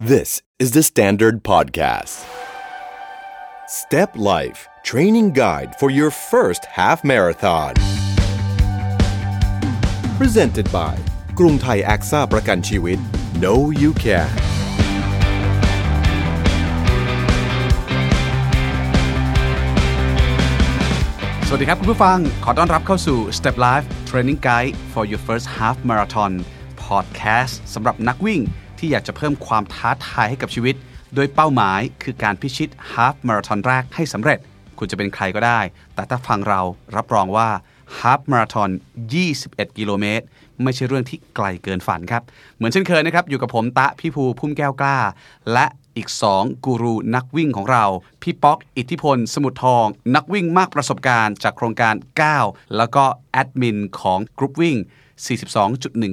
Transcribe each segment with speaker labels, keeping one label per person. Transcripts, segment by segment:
Speaker 1: This is the Standard Podcast. Step Life Training Guide for your first half marathon. Presented by กรุงไทย a อ a ประกันชีวิต No You Can
Speaker 2: สวัสดีครับ คุณผู้ฟัง ขอต้อนรับเข้าสู่ Step Life Training Guide for your first half marathon podcast สำหรับนักวิ่งที่อยากจะเพิ่มความท้าทายให้กับชีวิต โดยเป้าหมายคือการพิชิต half marathon แรกให้สำเร็จ คุณจะเป็นใครก็ได้ แต่ถ้าฟังเรารับรองว่า half marathon 21 กิโลเมตร ไม่ใช่เรื่องที่ไกลเกินฝันครับ เหมือนเช่นเคยนะครับ อยู่กับผมตะพี่ภูพุ่มแก้วกล้า และ อีก 2 กูรูนักวิ่งของเรา พี่ป๊อกอิทธิพล สมุทรทอง นักวิ่งมากประสบการณ์จากโครงการ 9 แล้วก็แอดมินของกรุ๊ปวิ่ง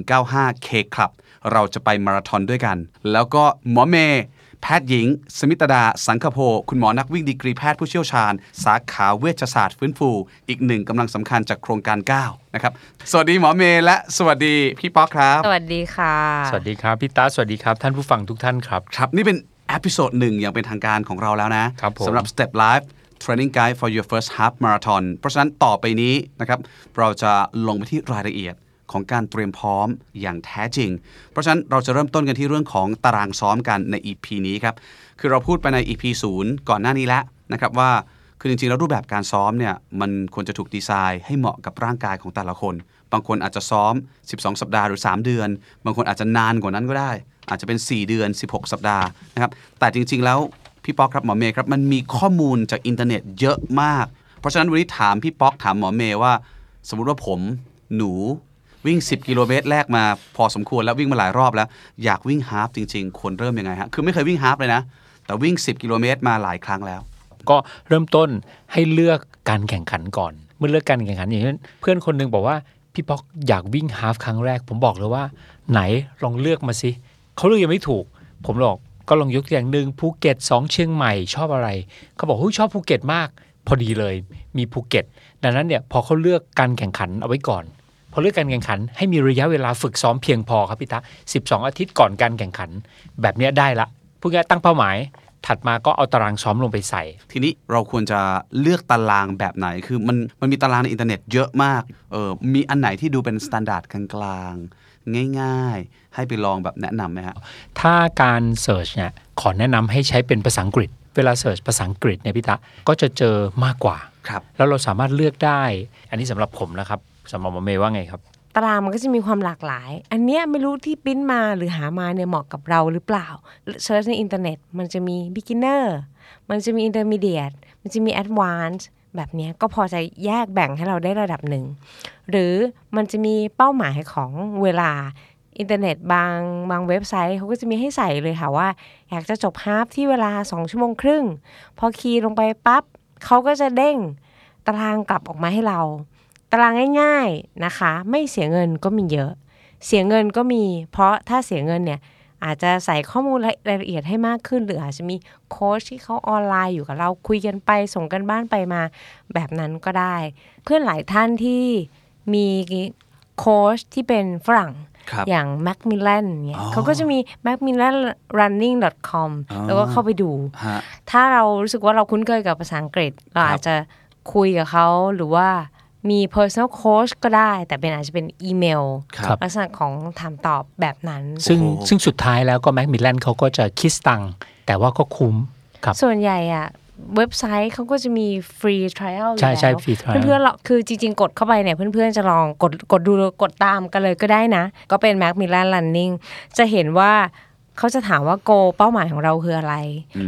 Speaker 2: 42.195K Club เราจะไปมาราธอนด้วยกัน แล้วก็หมอเมย์แพทย์หญิง สมิตดา สังคโพ คุณหมอนักวิ่งดีกรีแพทย์ผู้เชี่ยวชาญ สาขาเวชศาสตร์ฟื้นฟู อีกหนึ่งกำลังสำคัญจากโครงการ 9 นะครับ สวัสดีหมอเมย์และสวัสดีพี่ป๊อกครับ
Speaker 3: สวัสดีค่ะ
Speaker 4: สวัสดีครับพี่ตาสวัสดีครับ ท่านผู้ฟังทุกท่านครับ
Speaker 2: ครับนี่เป็นอพิโซดหนึ่งอย่างเป็นทางการของเราแล้วนะครับ
Speaker 4: ผม
Speaker 2: สำหรับ Step Live Training Guide for Your First Half Marathon เพราะฉะนั้นต่อไปนี้นะครับเราจะลงไปที่รายละเอียดของการเตรียมพร้อมอย่างแท้จริง เพราะฉะนั้นเราจะเริ่มต้นกันที่เรื่องของตารางซ้อมกันใน EP นี้ครับ คือเราพูดไปใน EP 0 ก่อนหน้านี้แล้วนะครับว่า คือจริงๆ แล้วรูปแบบการซ้อมเนี่ยมันควรจะถูกดีไซน์ให้เหมาะกับร่างกายของแต่ละคน บางคนอาจจะซ้อม 12 สัปดาห์หรือ 3 เดือน บางคนอาจจะนานกว่านั้นก็ได้ อาจจะเป็น 4 เดือน 16 สัปดาห์นะครับแต่จริงๆ แล้วพี่ป๊อกครับหมอเมย์ครับมันมีข้อมูลจากอินเทอร์เน็ตเยอะมาก เพราะฉะนั้นวันนี้ถามพี่ป๊อกถามหมอเมย์ว่า สมมุติว่าผมหนูวิ่ง 10 กิโลเมตรแรกมาพอสมควรแล้ววิ่งมาหลายรอบแล้ว อยากวิ่งฮาล์ฟจริง ๆ ควรเริ่มยังไงฮะคือไม่เคยวิ่งฮาล์ฟเลยนะ แต่วิ่ง 10 กิโลเมตรมาหลายครั้งแล้ว
Speaker 4: ก็เริ่มต้นให้เลือกการแข่งขันก่อน เมื่อเลือกการแข่งขันอย่างเช่นเพื่อนคนหนึงบอกว่าพี่ป๊อกอยากวิ่งฮาล์ฟครั้งแรก ผมบอกเลยว่า ไหนลองเลือกมาสิเขาเลือกยังไม่ถูก ผมบอกก็ลองยกตัวอย่างหนึ่งภูเก็ตสองเชียงใหม่ชอบอะไรเขาบอกเฮ้ยชอบภูเก็ตมาก พอดีเลยมีภูเก็ต ดังนั้นเนี่ยพอเขาเลือกการแข่งขันเอาไว้ก่อน พอเลือกการแข่งขันให้มีระยะเวลาฝึกซ้อมเพียงพอครับพี่ตา12 อาทิตย์ก่อนการแข่งขัน แบบเนี้ยได้ละพูดง่ายๆตั้งเป้าหมาย ถัดมาก็เอาตารางซ้อมลงไปใส่
Speaker 2: ทีนี้เราควรจะเลือกตารางแบบไหน คือมันมันมีตารางในอินเทอร์เน็ตเยอะมาก เออมีอันไหนที่ดูเป็นสแตนดาร์ดกลางๆ ง่ายๆ ให้ไปลองแบบแนะนำไหมฮะ
Speaker 4: ถ้าการเสิร์ชเนี่ยขอแนะนำให้ใช้เป็นภาษาอังกฤษ เวลาเสิร์ชภาษาอังกฤษเนี่ยพี่ตะก็จะเจอมากกว่า
Speaker 2: ครับ
Speaker 4: แล้วเราสามารถเลือกได้ อันนี้สำหรับผมนะครับสำหรับหมอเมย์ว่าไงครับ
Speaker 3: ตารางมันก็จะมีความหลากหลาย อันเนี้ยไม่รู้ที่ปริ้นมาหรือหามาเนี่ยเหมาะกับเราหรือเปล่าเซิร์ชในอินเทอร์เน็ต มันจะมี beginner มันจะมี intermediate มันจะมี advanced แบบเนี้ยก็พอจะแยกแบ่งให้เราได้ระดับหนึ่ง หรือมันจะมีเป้าหมายของเวลาอินเทอร์เน็ตบางบางเว็บไซต์เขาก็จะมีให้ใส่เลยค่ะว่า อยากจะจบฮาฟที่เวลา 2 ชั่วโมงครึ่ง พอคีย์ลงไปปั๊บเขาก็จะเด้งตารางกลับออกมาให้เรา ตารางง่าย ๆนะคะ ไม่เสียเงินก็มีเยอะ เสียเงินก็มี เพราะถ้าเสียเงินเนี่ยอาจจะใส่ข้อมูลรายละเอียดให้มากขึ้น หรืออาจจะมีโค้ชที่เขาออนไลน์อยู่กับเราคุยกันไป ส่งกันบ้านไปมาแบบนั้นก็ได้ เพื่อนหลายท่านที่มีโค้ชที่เป็นฝรั่ง
Speaker 2: ครับ
Speaker 3: อย่างแม็กมิลเลนเนี่ย
Speaker 2: อ๋อ
Speaker 3: เขาก็จะมี Mac m i l l a n running com
Speaker 2: อ๋อ
Speaker 3: แล้วก็เข้าไปดู
Speaker 2: ฮะ
Speaker 3: ถ้าเรารู้สึกว่าเราคุ้นเคยกับภาษาอังกฤษ เรา
Speaker 2: ครับ
Speaker 3: อาจจะคุยกับเขาหรือว่ามี personal coach ก็ได้ แต่เป็นอาจจะเป็นอีเมล
Speaker 2: ครับ
Speaker 3: ลักษณะของถามตอบแบบนั้น
Speaker 4: ซึ่ง
Speaker 2: โอ้โห
Speaker 4: ซึ่งสุดท้ายแล้วก็แม็กมิลแลนเขาก็จะคิดตังค์แต่ว่าก็คุ้มครับ
Speaker 3: ส่วนใหญ่อะเว็บไซต์เขาก็จะมีฟรีทริอัลอยู่
Speaker 4: ใช่
Speaker 3: แล้ว
Speaker 4: ใช่ฟรีทริอัล
Speaker 3: เพื่อนๆเราคือจริง ๆ กดเข้าไปเนี่ย เพื่อนๆจะลองกดกดดูกดตามกันเลยก็ได้นะ ก็เป็น Mac m i l l a n Running จะเห็นว่าเขาจะถามว่าโกเป้าหมายของเราคืออะไร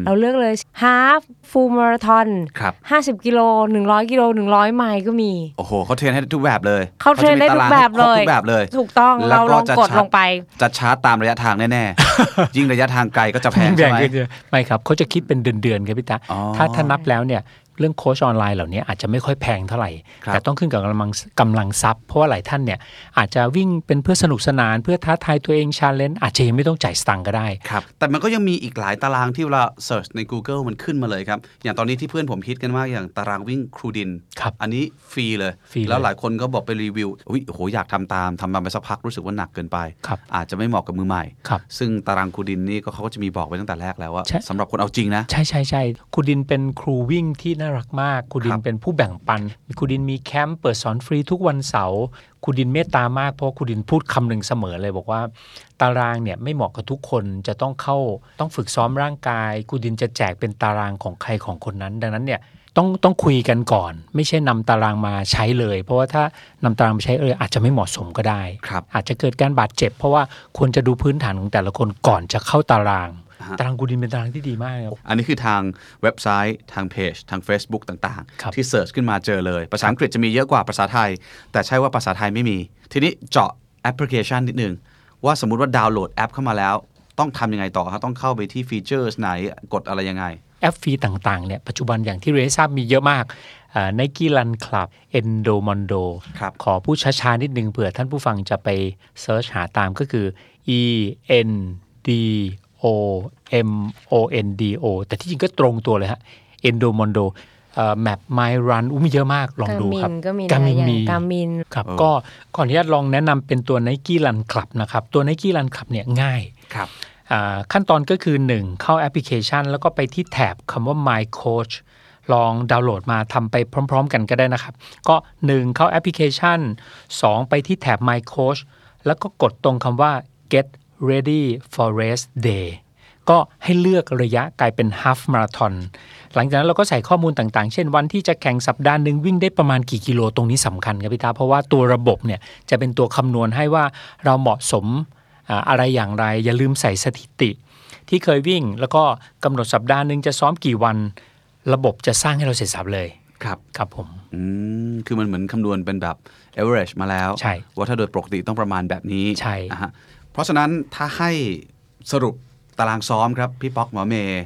Speaker 3: เราเลือกเลย Half Full Marathon
Speaker 2: ครับ
Speaker 3: 50 กิโล 100 กิโล 100 ไมล์ก็มี
Speaker 2: โอ้โหเขาเทรนให้ทุกแบบเลย
Speaker 3: เขาเทรนได้ทุกแบบ
Speaker 2: ขา
Speaker 3: เล
Speaker 2: จะมีตาราง
Speaker 3: ย
Speaker 2: ให้ครบทุกแบบเลย
Speaker 3: ถูกต้องเราลอง
Speaker 2: จะ
Speaker 3: กดลงไป
Speaker 2: จะชาร์จตามระยะทางแน่ๆ ยิ่งระยะทางไกลก็จะแพง
Speaker 4: ยิ่ง
Speaker 2: ใช่
Speaker 4: ง
Speaker 2: ไหม
Speaker 4: ขึ้นเยอะไม่ครับเขาจะคิดเป็นเดือนๆครับพี่ตา
Speaker 2: อ๋อ
Speaker 4: ถ้าถ้านับแล้วเนี่ย เรื่องโค้ชออนไลน์เหล่านี้อาจจะไม่ค่อยแพงเท่าไหร่
Speaker 2: ครับ
Speaker 4: แต่ต้องขึ้นกับกำลังกำลังทรัพย์ เพราะว่าหลายท่านเนี่ยอาจจะวิ่งเป็นเพื่อสนุกสนานเพื่อท้าทายตัวเองชาเลนจ์อาจจะยังไม่ต้องจ่ายสตังค์ก็ได้
Speaker 2: ครับ แต่มันก็ยังมีอีกหลายตารางที่เวลาเสิร์ชใน Google มันขึ้นมาเลยครับ อย่างตอนนี้ที่เพื่อนผมฮิตกันมากอย่างตารางวิ่งครูดิน
Speaker 4: ครับ
Speaker 2: อันนี้ฟรีเลย
Speaker 4: ฟรีเลย
Speaker 2: แล้วหลายคนก็บอกไปรีวิวอุ้ยโอ้โหอยากทำตามทำมาไปสักพักรู้สึกว่าหนักเกินไป
Speaker 4: ครับ
Speaker 2: อาจจะไม่เหมาะกับมือใหม่
Speaker 4: ครับ
Speaker 2: ซึ่งตารางครูดินนี่ก็เขาก็จะมีบอกไว้ตั้งแต่แรกแล้วว่า
Speaker 4: ใช่
Speaker 2: สำหรับคนเอาจริงนะ
Speaker 4: ใช่ใช่ใช่ครูดินเป็นครูวิ่งที่น่ารักมากครูดิ
Speaker 2: คน รับ
Speaker 4: เป็นผู้แบ่งปันครูดินมีแคมป์เปิดสอนฟรีทุกวันเสาร์ครูดินเมตตามากเพราะครูดินพูดคำหนึ่งเสมอเลยบอกว่า ตารางเนี่ยไม่เหมาะกับทุกคนจะต้องเข้าต้องฝึกซ้อมร่างกายครูดินจะแจกเป็นตารางของใครของคนนั้น ดังนั้นเนี่ยต้องต้องคุยกันก่อน ไม่ใช่นำตารางมาใช้เลย เพราะว่าถ้านำตารางมาใช้เลยอาจจะไม่เหมาะสมก็ได้
Speaker 2: ครับ
Speaker 4: อาจจะเกิดการบาดเจ็บ เพราะว่าควรจะดูพื้นฐานของแต่ละคนก่อนจะเข้าตาราง ตารางครูดินเป็นตารางที่ดีมากครับ
Speaker 2: อันนี้คือทางเว็บไซต์ทางเพจ ทาง Facebook ต่าง
Speaker 4: ครับ
Speaker 2: ๆ ที่เสิร์ชขึ้นมาเจอเลย ภาษาอังกฤษจะมีเยอะกว่าภาษาไทย แต่ใช่ว่าภาษาไทยไม่มี ทีนี้เจาะแอปพลิเคชันนิดนึง ว่าสมมุติว่าดาวน์โหลดแอปเข้ามาแล้ว ต้องทำยังไงต่อครับต้องเข้าไปที่ฟีเจอร์ไหนกดอะไรยังไง
Speaker 4: แอปฟรีต่างๆเนี่ยปัจจุบันอย่างที่เรนทราบมีเยอะมากไนกี้รันคลับเอนโดมอนโด
Speaker 2: ครับ
Speaker 4: ขอพูดช้าๆนิดนึงเผื่อท่านผู้ฟังจะไปเซิร์ชหาตามก็คือ e n d o m o n d o แต่ที่จริงก็ตรงตัวเลยฮะเอนโดมอนโดแมปไมรันอุ้มเยอะมากลองดูครับ
Speaker 3: ก็มีนะอย่างกามิน
Speaker 4: ครับ
Speaker 2: เออ
Speaker 4: ก็ขออนุญาตลองแนะนำเป็นตัว n i กี้รันคลับนะครับ ตัว n i กี้รันคลับเนี่ยง่าย
Speaker 2: ครับ
Speaker 4: อ่าขั้นตอนก็คือ 1 เข้าแอปพลิเคชัน แล้วก็ไปที่แถบคำว่า My Coach ลองดาวน์โหลดมาทำไปพร้อม ๆ กันก็ได้นะครับ ก็ 1 เข้าแอปพลิเคชัน 2 ไปที่แถบ My Coach แล้วก็กดตรงคำว่า get ready for race day ก็ให้เลือกระยะกลายเป็น half marathon หลังจากนั้นเราก็ใส่ข้อมูลต่างๆ เช่นวันที่จะแข่งสัปดาห์หนึ่งวิ่งได้ประมาณกี่กิโลตรงนี้สำคัญครับพี่ตาเพราะว่าตัวระบบเนี่ยจะเป็นตัวคำนวณให้ว่าเราเหมาะสม อ่าอะไรอย่างไรอย่าลืมใส่สถิติ ที่เคยวิ่งแล้วก็กำหนดสัปดาห์หนึ่งจะซ้อมกี่วัน ระบบจะสร้างให้เราเสร็จสับเลย
Speaker 2: ครับ
Speaker 4: ครับผม
Speaker 2: อืม คือมันเหมือนคำนวณเป็นแบบ average มาแล้ว
Speaker 4: ใช่
Speaker 2: ว่าถ้าโดยปกติต้องประมาณแบบนี้
Speaker 4: ใช่
Speaker 2: อ่ะฮะเพราะฉะนั้นถ้าให้สรุปตารางซ้อมครับ พี่ป๊อกหมอเมย์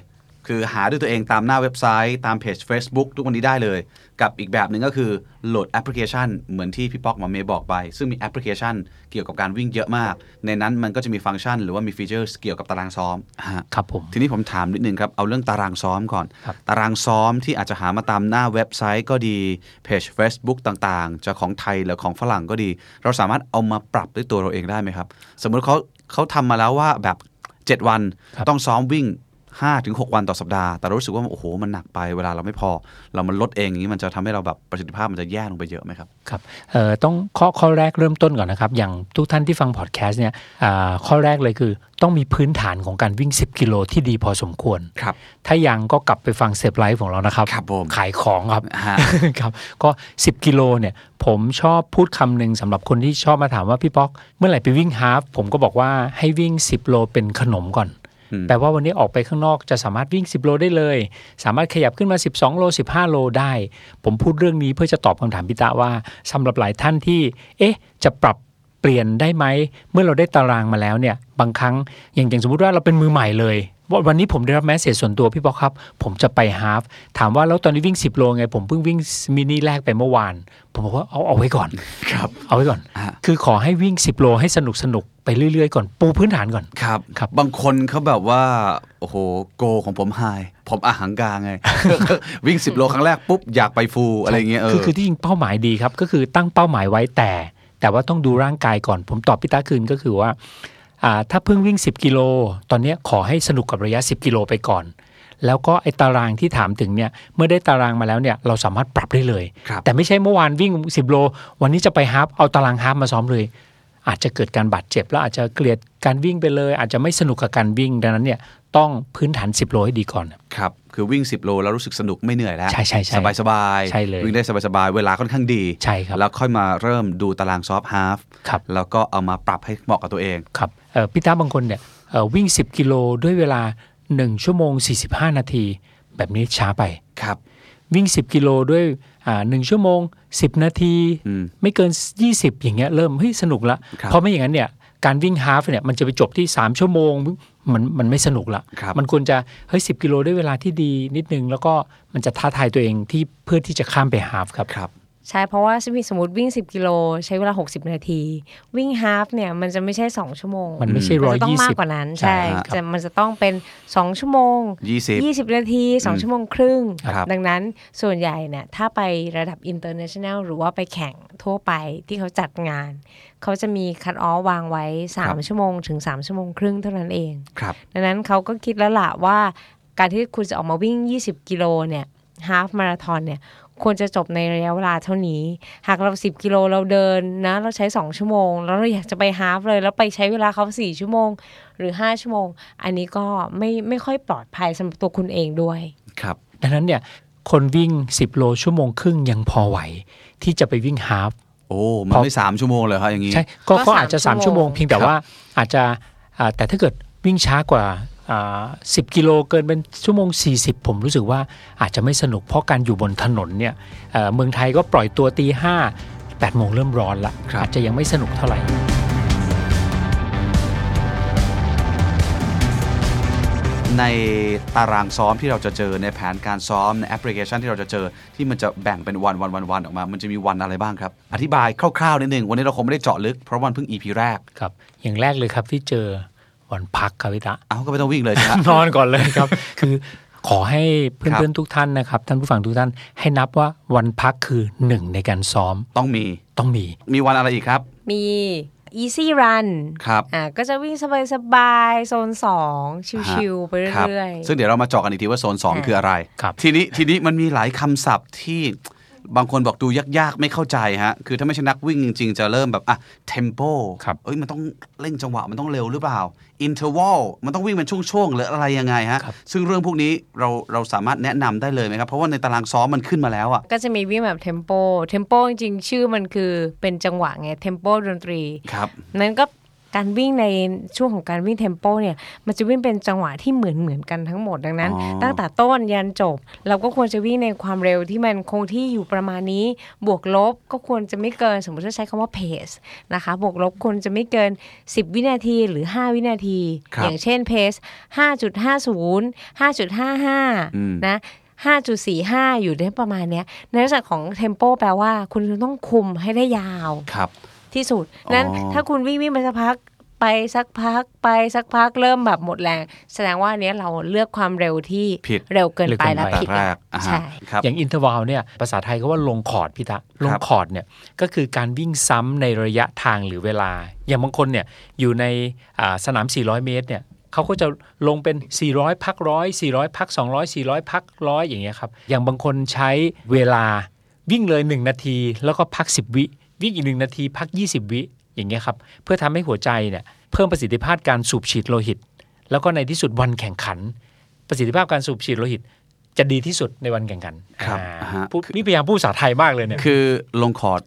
Speaker 2: คือหาด้วยตัวเองตามหน้าเว็บไซต์ ตามเพจ Facebook ทุกวันนี้ได้เลย กับอีกแบบหนึ่งก็คือโหลดแอปพลิเคชัน เหมือนที่พี่ป๊อกหมอเมย์บอกไป ซึ่งมีแอปพลิเคชันเกี่ยวกับการวิ่งเยอะมาก ในนั้นมันก็จะมีฟังก์ชัน หรือว่ามีฟีเจอร์เกี่ยวกับตารางซ้อมอ่ะฮะ
Speaker 4: ครับผม
Speaker 2: ทีนี้ผมถามนิดนึงครับ เอาเรื่องตารางซ้อมก่อน
Speaker 4: ครับ
Speaker 2: ตารางซ้อมที่อาจจะหามาตามหน้าเว็บไซต์ก็ดี เพจ Facebook ต่างๆ จะของไทยหรือของฝรั่งก็ดี เราสามารถเอามาปรับด้วยตัวเราเองได้ไหมครับ สมมุติเขาเขาทำมาแล้วว่าแบบ 7 วัน
Speaker 4: ครับ
Speaker 2: ต้องซ้อมวิ่ง 5-6 วันต่อสัปดาห์ แต่เรารู้สึกว่า โอ้โห มันหนักไปเวลาเราไม่พอ เรามันลดเองอย่างนี้มันจะทำให้เราแบบประสิทธิภาพมันจะแย่ลงไปเยอะไหมครับ
Speaker 4: ครับเอ่อต้องข้อข้อแรกเริ่มต้นก่อนนะครับ อย่างทุกท่านที่ฟังพอดแคสต์เนี่ยอ่าข้อแรกเลยคือ ต้องมีพื้นฐานของการวิ่ง 10 กิโลที่ดีพอสมควร
Speaker 2: ครับ
Speaker 4: ถ้ายังก็กลับไปฟังเซฟไลฟ์ของเรานะครับ
Speaker 2: ครับผม
Speaker 4: ขายของครับ
Speaker 2: ฮะ
Speaker 4: ครับก็ 10 กิโลเนี่ยผมชอบพูดคำหนึ่งสำหรับคนที่ชอบมาถามว่าพี่ป๊อก เมื่อไหร่ไปวิ่งฮาล์ฟผมก็บอกว่าให้วิ่ง 10 โลเป็นขนมก่อน
Speaker 2: อืม
Speaker 4: แปลว่าวันนี้ออกไปข้างนอกจะสามารถวิ่ง 10 โลได้เลย สามารถขยับขึ้นมา 12 โล 15 โลได้ ผมพูดเรื่องนี้เพื่อจะตอบคำถามพิตาว่าสำหรับหลายท่านที่ เอ๊ะ จะปรับเปลี่ยนได้ไหม เมื่อเราได้ตารางมาแล้วเนี่ยบางครั้งอย่างอย่างสมมุติว่าเราเป็นมือใหม่เลย ว่าวันนี้ผมได้รับแมสเซจส่วนตัวพี่ป๊อกครับ ผมจะไปฮาล์ฟถามว่าแล้วตอนนี้วิ่ง 10 โลไง ผมเพิ่งวิ่งมินิแรกไปเมื่อวาน ผมบอกว่าเอาเอาไว้ก่อน
Speaker 2: ครับ
Speaker 4: เอาไว้ก่อน
Speaker 2: อ่า
Speaker 4: คือขอให้วิ่ง 10 โลให้สนุกสนุกๆไปเรื่อยๆก่อนปูพื้นฐานก่อน
Speaker 2: ครับ
Speaker 4: ครับ
Speaker 2: บางคนเขาแบบว่า โอ้โห โกของผมไฮผมอาหังกาไง วิ่ง 10 โลครั้งแรกปุ๊บ อยากไปฟูอะไรอย่างเงี้ยเอ
Speaker 4: คือ
Speaker 2: อ
Speaker 4: คือที่จริงเป้าหมายดีครับ ก็คือตั้งเป้าหมายไว้แต่ แต่ว่าต้องดูร่างกายก่อน ผมตอบพี่ตาคืนก็คือว่าอ่า ถ้าเพิ่งวิ่ง 10 กิโล ตอนเนี้ยขอให้สนุกกับระยะ 10 กิโลไปก่อน แล้วก็ไอ้ตารางที่ถามถึงเนี่ยเมื่อได้ตารางมาแล้วเนี่ยเราสามารถปรับได้เลย
Speaker 2: ครับ
Speaker 4: แต่ไม่ใช่เมื่อวานวิ่ง 10 โล วันนี้จะไปฮาล์ฟเอาตารางฮาล์ฟมาซ้อมเลย อาจจะเกิดการบาดเจ็บแล้วอาจจะเกลียดการวิ่งไปเลย อาจจะไม่สนุกกับการวิ่งดังนั้นเนี่ยต้องพื้นฐาน 10 โลให้ดีก่อน
Speaker 2: ครับ คือวิ่ง 10 โลแล้วรู้สึกสนุกไม่เหนื่อยแล้ว
Speaker 4: ใช่ใช่ใช่
Speaker 2: สบายสบายๆ
Speaker 4: ใช่เลย
Speaker 2: วิ่งได้สบายสบายๆเวลาค่อนข้างดี
Speaker 4: ใช่ครับ
Speaker 2: แล้วค่อยมาเริ่มดูตารางซอฟต์ฮาล์ฟ
Speaker 4: ครับ
Speaker 2: แล้วก็เอามาปรับให้เหมาะกับตัวเอง
Speaker 4: ครับเอ่อพี่ตาบางคนเนี่ยเอ่อวิ่ง 10 กิโลด้วยเวลา 1 ชั่วโมง 45 นาที แบบนี้ช้าไป
Speaker 2: ครับ
Speaker 4: วิ่ง 10 กิโลด้วยอ่าหนึ่งชั่วโมง 10 นาที
Speaker 2: อืม
Speaker 4: ไม่เกิน 20 อย่างเงี้ยเริ่มเฮ้ยสนุกละ
Speaker 2: ครับ
Speaker 4: เพราะไม่อย่างนั้นเนี่ย การวิ่งฮาฟเนี่ยมันจะไปจบที่ 3 ชั่วโมง มันมันไม่สนุกละ
Speaker 2: ครับ
Speaker 4: มันควรจะเฮ้ยสิกิโลด้วยเวลาที่ดีนิดนึง แล้วก็มันจะท้าทายตัวเองที่เพื่อที่จะข้ามไปฮาฟครับ
Speaker 2: ครับ
Speaker 3: ใช่เพราะว่าสมมติวิ่ง 10 กิโลใช้เวลา 60 นาที วิ่งฮาฟเนี่ยมันจะไม่ใช่ 2 ชั่วโมง
Speaker 4: มันไม่ใช่
Speaker 3: มั
Speaker 4: ร้อย
Speaker 3: จะต้อง
Speaker 4: ยี่
Speaker 3: มา
Speaker 4: สิ
Speaker 3: ก
Speaker 4: บ
Speaker 3: กว่านั้น
Speaker 4: ใช่
Speaker 3: ใช่
Speaker 4: ครับ
Speaker 3: จะมันจะต้องเป็น 2 ชั่วโมง
Speaker 2: ยี่สิบ
Speaker 3: 20 นาที
Speaker 2: อืม
Speaker 3: 2 ชั่วโมงครึ่ง
Speaker 2: ครับ
Speaker 3: ดังนั้นส่วนใหญ่เนี่ยถ้าไประดับ international หรือว่าไปแข่งทั่วไปที่เขาจัดงาน เขาจะมีคัดออฟวางไว้ 3 ชั่วโมงถึง 3 ชั่วโมงครึ่งเท่านั้นเอง
Speaker 2: ครับ
Speaker 3: ดังนั้นเขาก็คิดแล้วล่ะว่าการที่คุณจะออกมาวิ่ง 20 กิโลเนี่ยฮาฟมาราทอนเนี่ยควรจะจบในระยะเวลาเท่านี้ หากเรา 10 กิโลเราเดินนะเราใช้ 2 ชั่วโมง แล้วเราอยากจะไปฮาฟเลย แล้วไปใช้เวลาเขา 4 ชั่วโมง หรือ 5 ชั่วโมง อันนี้ก็ไม่ไม่ค่อยปลอดภัยสำหรับตัวคุณเองด้วย
Speaker 2: ครับ
Speaker 4: ดังนั้นเนี่ยคนวิ่ง 10 โลชั่วโมงครึ่งยังพอไหว ที่จะไปวิ่งฮาฟ
Speaker 2: โอ้มัน
Speaker 4: พอ
Speaker 2: ไม่สามชั่วโมงเลยครับอย่างนี้
Speaker 4: ใช่ก็
Speaker 3: ก็
Speaker 4: ก็
Speaker 3: สาม
Speaker 4: อาจจะ 3
Speaker 3: ชั่
Speaker 4: ชั่ว
Speaker 3: ว
Speaker 4: โม
Speaker 3: โม
Speaker 4: ง
Speaker 3: ง
Speaker 4: เพียงแต่
Speaker 2: ครับ
Speaker 4: ว่าอาจจะอ่าแต่ถ้าเกิดวิ่งช้ากว่าอ่า10 กิโลเกินเป็นชั่วโมง 40 ผมรู้สึกว่าอาจจะไม่สนุกเพราะการอยู่บนถนนเนี่ยเอ่อเมืองไทยก็ปล่อยตัวตีห้าแปดโมงเริ่มร้อนละอาจจะยังไม่สนุกเท่าไหร่
Speaker 2: ในตารางซ้อมที่เราจะเจอในแผนการซ้อมในแอปพลิเคชันที่เราจะเจอที่มันจะแบ่งเป็นวันวันวันวันออกมา มันจะมีวันอะไรบ้างครับ อธิบายคร่าวๆนิดนึงวันนี้เราคงไม่ได้เจาะลึกเพราะวันเพิ่ง EP แรก
Speaker 4: ครับอย่างแรกเลยครับที่เจอวันพักครับพี่ตะ
Speaker 2: เอาก็ไม่ต้องวิ่งเลยใช่ไหม
Speaker 4: นอนก่อนเลยครับ คือขอให้เพื่อนๆทุกท่านนะครับ ท่านผู้ฟังทุกท่านให้นับว่าวันพักคือหนึ่งในการซ้อม
Speaker 2: ต้องมี
Speaker 4: ต้องมี
Speaker 2: มีวันอะไรอีกครับ
Speaker 3: มี easy run
Speaker 2: ครับ
Speaker 3: อ่าก็จะวิ่งสบายๆโซน 2 ชิวๆไป
Speaker 2: ครับ
Speaker 3: เรื่อยๆ
Speaker 2: ซึ่งเดี๋ยวเรามาเจาะกันอีกทีว่าโซน 2
Speaker 3: ค่ะ
Speaker 2: คืออะไร
Speaker 4: ครับ
Speaker 2: ทีนี้ทีนี้มันมีหลายคำศัพท์ที่บางคนบอกดูยากๆ ไม่เข้าใจฮะ คือถ้าไม่ใช่นักวิ่งจริงๆ จะเริ่มแบบ อ่ะ tempo
Speaker 4: ครับ
Speaker 2: เอ้ยมันต้องเร่งจังหวะ มันต้องเร็วหรือเปล่า interval มันต้องวิ่งเป็นช่วงๆ หรืออะไรยังไงฮะ
Speaker 4: ครับ
Speaker 2: ซึ่งเรื่องพวกนี้เราเราสามารถแนะนำได้เลยไหมครับ เพราะว่าในตารางซ้อมมันขึ้นมาแล้วอ่ะ
Speaker 3: ก็จะมีวิ่งแบบเทมโป เทมโปจริงๆ ชื่อมันคือเป็นจังหวะไง เทมโปดนตรี
Speaker 2: ครับ
Speaker 3: นั้นก็การวิ่งในช่วงของการวิ่งเทมโปเนี่ย มันจะวิ่งเป็นจังหวะที่เหมือนเหมือนๆกันทั้งหมดดังนั้น
Speaker 2: อ๋อ
Speaker 3: ตั้งแต่ต้นยันจบ เราก็ควรจะวิ่งในความเร็วที่มันคงที่อยู่ประมาณนี้ บวกลบก็ควรจะไม่เกิน สมมติถ้าใช้คำว่าเพสนะคะ บวกลบควรจะไม่เกิน 10 วินาทีหรือ 5 วินาที
Speaker 2: ครับ
Speaker 3: อย่างเช่นเพส5.50 5.55 นะ 5.45 อยู่ได้ประมาณเนี้ยในลักษณะของเทมโปแปลว่าคุณจะต้องคุมให้ได้ยาว
Speaker 2: ครับ
Speaker 3: ที่สุด
Speaker 2: อ๋อ
Speaker 3: นั้นถ้าคุณวิ่งวิ่งไปสักพัก ไปสักพักไปสักพักเริ่มแบบหมดแรง แสดงว่าอันเนี้ยเราเลือกความเร็วที่
Speaker 2: ผิด
Speaker 3: เร็วเกินไป
Speaker 4: เร็วเกินไป
Speaker 3: และผิด
Speaker 2: แร
Speaker 3: ละ
Speaker 2: กอ่ะฮะ
Speaker 3: ใช่
Speaker 2: ครับ
Speaker 4: อย่างอินเทอร์ว l เนี่ยภาษาไทยก็ว่าลงคอร์ดพี่ตะลงคอร์ดเนี่ยก็คือการวิ่งซ้ำในระยะทางหรือเวลา อย่างบางคนเนี่ยอยู่ในอ่าสนาม 400 เมตรเนี่ยเขาก็จะลงเป็น 400 พักร้อย400 พัก 200 400 พักร้อยอย่างเงี้ยครับอย่างบางคนใช้เวลาวิ่งเลย 1 นาที แล้วก็พัก 10 วิวิ่งอีก 1 นาที พัก 20 วิอย่างเงี้ยครับเพื่อทำให้หัวใจเนี่ยเพิ่มประสิทธิภาพการสูบฉีดโลหิต แล้วก็ในที่สุดวันแข่งขัน ประสิทธิภาพการสูบฉีดโลหิต จะดีที่สุดในวันแข่งขัน
Speaker 2: ครับ
Speaker 4: อ่า
Speaker 2: อ่าฮะ
Speaker 4: พูดนี่พยายามพูดภาษาไทยมากเลยเนี่ย
Speaker 2: คือลงคอร์ด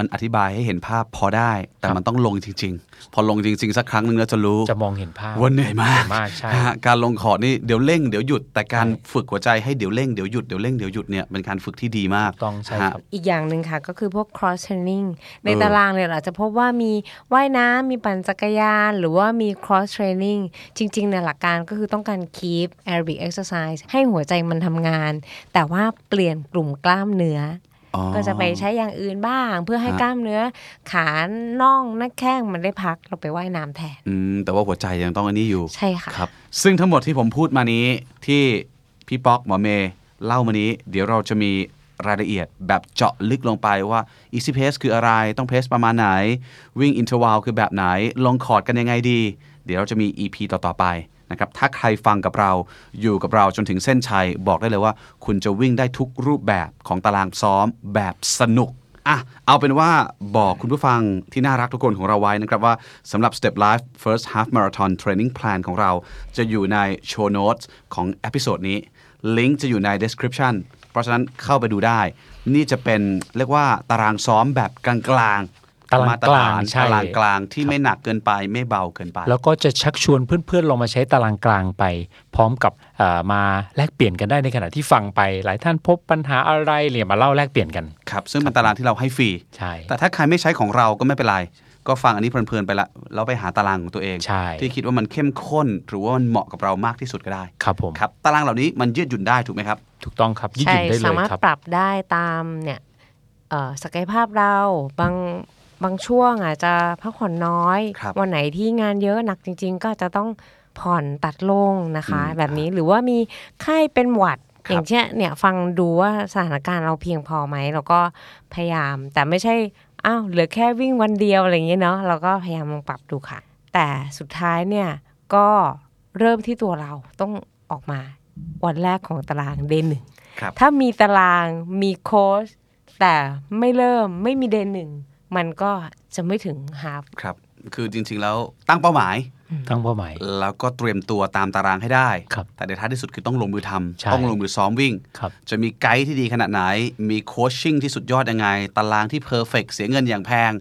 Speaker 2: มันอธิบายให้เห็นภาพพอได้ แต่มันต้องลงจริง ๆ พอลงจริง ๆ สักครั้งหนึ่งแล้วจะรู้
Speaker 4: จะมองเห็นภาพ
Speaker 2: วันเหนื่อยมาก
Speaker 4: เหนื่อยมากใช่
Speaker 2: ฮะการลงคอร์ดนี่เดี๋ยวเร่งเดี๋ยวหยุดแต่การ
Speaker 4: ใช่
Speaker 2: ฝึกหัวใจให้เดี๋ยวเร่งเดี๋ยวหยุดเดี๋ยวเร่งเดี๋ยวหยุดเนี่ยเป็นการฝึกที่ดีมาก
Speaker 4: ถูกต้องใช่
Speaker 2: ฮะ
Speaker 4: ครับ
Speaker 3: อีกอย่างหนึ่งค่ะ ก็คือพวก cross training ใน
Speaker 2: เออ
Speaker 3: ตารางเนี่ยเราอาจจะพบว่ามีว่ายน้ำมีปั่นจักรยาน หรือว่ามี cross training จริงๆในยหลักการก็คือต้องการ keep aerobic exercise ให้หัวใจมันทำงาน แต่ว่าเปลี่ยนกลุ่มกล้ามเนื้อ
Speaker 2: อ๋อ
Speaker 3: ก็จะไปใช้อย่างอื่นบ้าง เพื่อให้
Speaker 2: ฮะ
Speaker 3: กล้ามเนื้อขาน่องหน้าแข้งมันได้พักเราไปไว่ายน้ำแทน
Speaker 2: อืมแต่ว่าหัวใจยังต้องอันนี้อยู่
Speaker 3: ใช่ค่ะ
Speaker 2: ครับ ซึ่งทั้งหมดที่ผมพูดมานี้ที่พี่ป๊อกหมอเมย์เล่ามานี้ เดี๋ยวเราจะมีรายละเอียดแบบเจาะลึกลงไปว่า easy pace คืออะไรต้องเพสประมาณไหน วิ่ง interval คือแบบไหน ลงคอร์ดกันยังไงดี เดี๋ยวเราจะมี EP ต่อ ๆ ไปนะครับถ้าใครฟังกับเราอยู่กับเราจนถึงเส้นชัย บอกได้เลยว่า คุณจะวิ่งได้ทุกรูปแบบของตารางซ้อมแบบสนุก อ่ะเอาเป็นว่าบอกคุณผู้ฟังที่น่ารักทุกคนของเราไว้นะครับว่าสำหรับ Step Life First Half Marathon Training Plan ของเราจะอยู่ใน Show Notes ของ e อพิโซดนี้ ลิงก์จะอยู่ใน Description เพราะฉะนั้นเข้าไปดูได้ นี่จะเป็นเรียกว่าตารางซ้อมแบบกลางๆ
Speaker 4: ตารางกลาง
Speaker 2: มตรฐาน
Speaker 4: ใช่
Speaker 2: ตารางกลางที่ไม่หนักเกินไปไม่เบาเกินไป
Speaker 4: แล้วก็จะชักชวนเพื่อนๆลองมาใช้ตารางกลางไป พร้อมกับเอ่อมาแลกเปลี่ยนกันได้ในขณะที่ฟังไป หลายท่านพบปัญหาอะไรเนี่ยมาเล่าแลกเปลี่ยนกัน
Speaker 2: ครับ ซึ่งเป็นตารางที่เราให้ฟรี
Speaker 4: ใช่
Speaker 2: แต่ถ้าใครไม่ใช้ของเราก็ไม่เป็นไร ก็ฟังอันนี้เพลินๆไปละแล้วไปหาตารางของตัวเอง
Speaker 4: ใช่
Speaker 2: ที่คิดว่ามันเข้มข้น หรือว่ามันเหมาะกับเรามากที่สุดก็ได้
Speaker 4: ครับผม
Speaker 2: ครับตารางเหล่านี้มันยืดหยุ่นได้ถูกไหมครับ
Speaker 4: ถูกต้องครับยืดห
Speaker 3: ใช่
Speaker 4: ยุ่นได้เล
Speaker 3: สาย มารถ
Speaker 4: ครับ
Speaker 3: ปรับได้ตามเนี่ยเอ่อศักยภาพเราบางบางช่วงอาจจะพักผ่อนน้อย
Speaker 2: ครับ
Speaker 3: วันไหนที่งานเยอะหนักจริง ๆ ก็จะต้องผ่อนตัดลงนะคะ
Speaker 2: อืม
Speaker 3: แบบนี้หรือว่ามีไข้เป็นหวัด
Speaker 2: ครับ
Speaker 3: อย่างเช่นเนี่ยฟังดูว่าสถานการณ์เราเพียงพอไหมเราก็พยายาม แต่ไม่ใช่อ้าวเหลือแค่วิ่งวันเดียวอะไรอย่างเงี้ยเนาะเราก็พยายามลองปรับดูค่ะ แต่สุดท้ายเนี่ยก็เริ่มที่ตัวเราต้องออกมาวันแรกของตารางเดนหนึ่ง
Speaker 2: ครับ
Speaker 3: ถ้ามีตารางมีโค้ชแต่ไม่เริ่มไม่มีเดนหนึ่ง มันก็จะไม่ถึงฮาฟ
Speaker 2: ครับ คือจริงๆแล้วตั้งเป้าหมาย
Speaker 4: ตั้งเป้าหมาย
Speaker 2: แล้วก็เตรียมตัวตามตารางให้ได้
Speaker 4: ครับ
Speaker 2: แต่ในท้ายที่สุดคือต้องลงมือทำ
Speaker 4: ใช่
Speaker 2: ต้องลงมือซ้อมวิ่ง
Speaker 4: ครับ
Speaker 2: จะมีไกด์ที่ดีขนาดไหน มีโคชชิ่งที่สุดยอดยังไง ตารางที่เพอร์เฟกเสียเงินอย่างแพง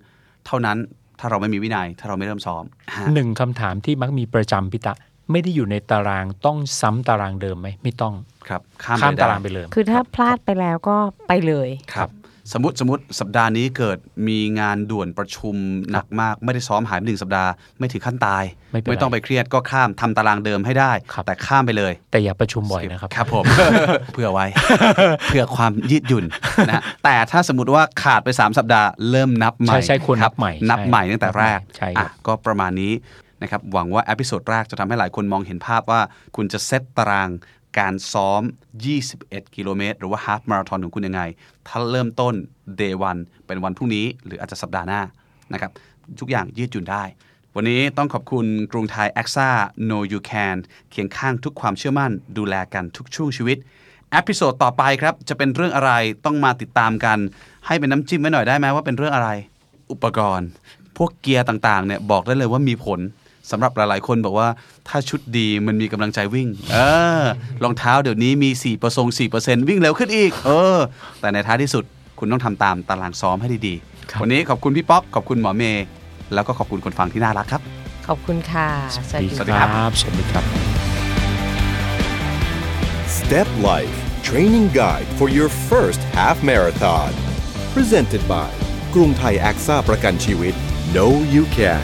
Speaker 2: เท่านั้นถ้าเราไม่มีวินัย ถ้าเราไม่เริ่มซ้อมฮะ
Speaker 4: หนึ่งคำถามที่มักมีประจำพิตะ ไม่ได้อยู่ในตารางต้องซ้ำตารางเดิมไหมไม่ต้อง
Speaker 2: ครับ
Speaker 4: ข้าม
Speaker 2: ไป
Speaker 4: ตารางไป
Speaker 2: ได้
Speaker 4: เลย
Speaker 3: คือถ้าพลาดไปแล้วก็ไปเลย
Speaker 2: ครับสมมติสมมติสัปดาห์นี้เกิดมีงานด่วนประชุมหนักมาก ไม่ได้ซ้อมหายไปหนึ่งสัปดาห์ไม่ถึงขั้นตาย
Speaker 4: ไม่เป็น
Speaker 2: ไม่
Speaker 4: ไร
Speaker 2: ต้องไปเครียดก็ข้ามทำตารางเดิมให้ได้
Speaker 4: ครับ
Speaker 2: แต่ข้ามไปเลย
Speaker 4: แต่อย่าประชุมบ่อยนะครับ
Speaker 2: ครับผม เพื่อ ไว้ เพื่อความยืดหยุ่นนะฮะแต่ถ้าสมมติว่าขาดไป 3 สัปดาห์เริ่มนับใหม่
Speaker 4: ใช่ใช่ควรนับใหม่
Speaker 2: นับ
Speaker 4: ใช่
Speaker 2: ใหม่ตั้งแต่แรก
Speaker 4: ใช่ครับ
Speaker 2: อ่ะก็ประมาณนี้นะครับหวังว่าเอพิโซดแรกจะทำให้หลายคนมองเห็นภาพว่า คุณจะเซตตารางการซ้อม 21 กิโลเมตร หรือว่าฮาฟมาราธอนของคุณยังไง ถ้าเริ่มต้น day 1 เป็นวันพรุ่งนี้ หรืออาจจะสัปดาห์หน้านะครับทุกอย่างยืดหยุ่นได้ วันนี้ต้องขอบคุณกรุงไทยแอคซ่า No You Can เคียงข้างทุกความเชื่อมั่น ดูแลกันทุกช่วงชีวิตเอพิโซดต่อไปครับ จะเป็นเรื่องอะไรต้องมาติดตามกัน ให้เป็นน้ำจิ้มไว้หน่อยได้ไหมว่าเป็นเรื่องอะไร อุปกรณ์ พวกเกียร์ต่างๆเนี่ยบอกได้เลยว่ามีผลสำหรับหลายๆ คนบอกว่าถ้าชุดดีมันมีกำลังใจวิ่ง เออรองเท้าเดี๋ยวนี้มี4%เปอร์ซง4%เปอร์เซ็นต์วิ่งเร็วขึ้นอีก เออ แต่ในท้ายที่สุดคุณต้องทำตามตารางซ้อมให้ดี
Speaker 4: ครับ
Speaker 2: ๆวันนี้ขอบคุณพี่ป๊อกขอบคุณหมอเมย์แล้วก็ขอบคุณคนฟังที่น่ารักครับ
Speaker 3: ขอบคุณค่ะ
Speaker 2: สวัสดีครับ
Speaker 4: สวัสดีครับ
Speaker 1: Step Life Training Guide for your first half marathon. Presented by กรุงไทย AXA ประกันชีวิต No You Can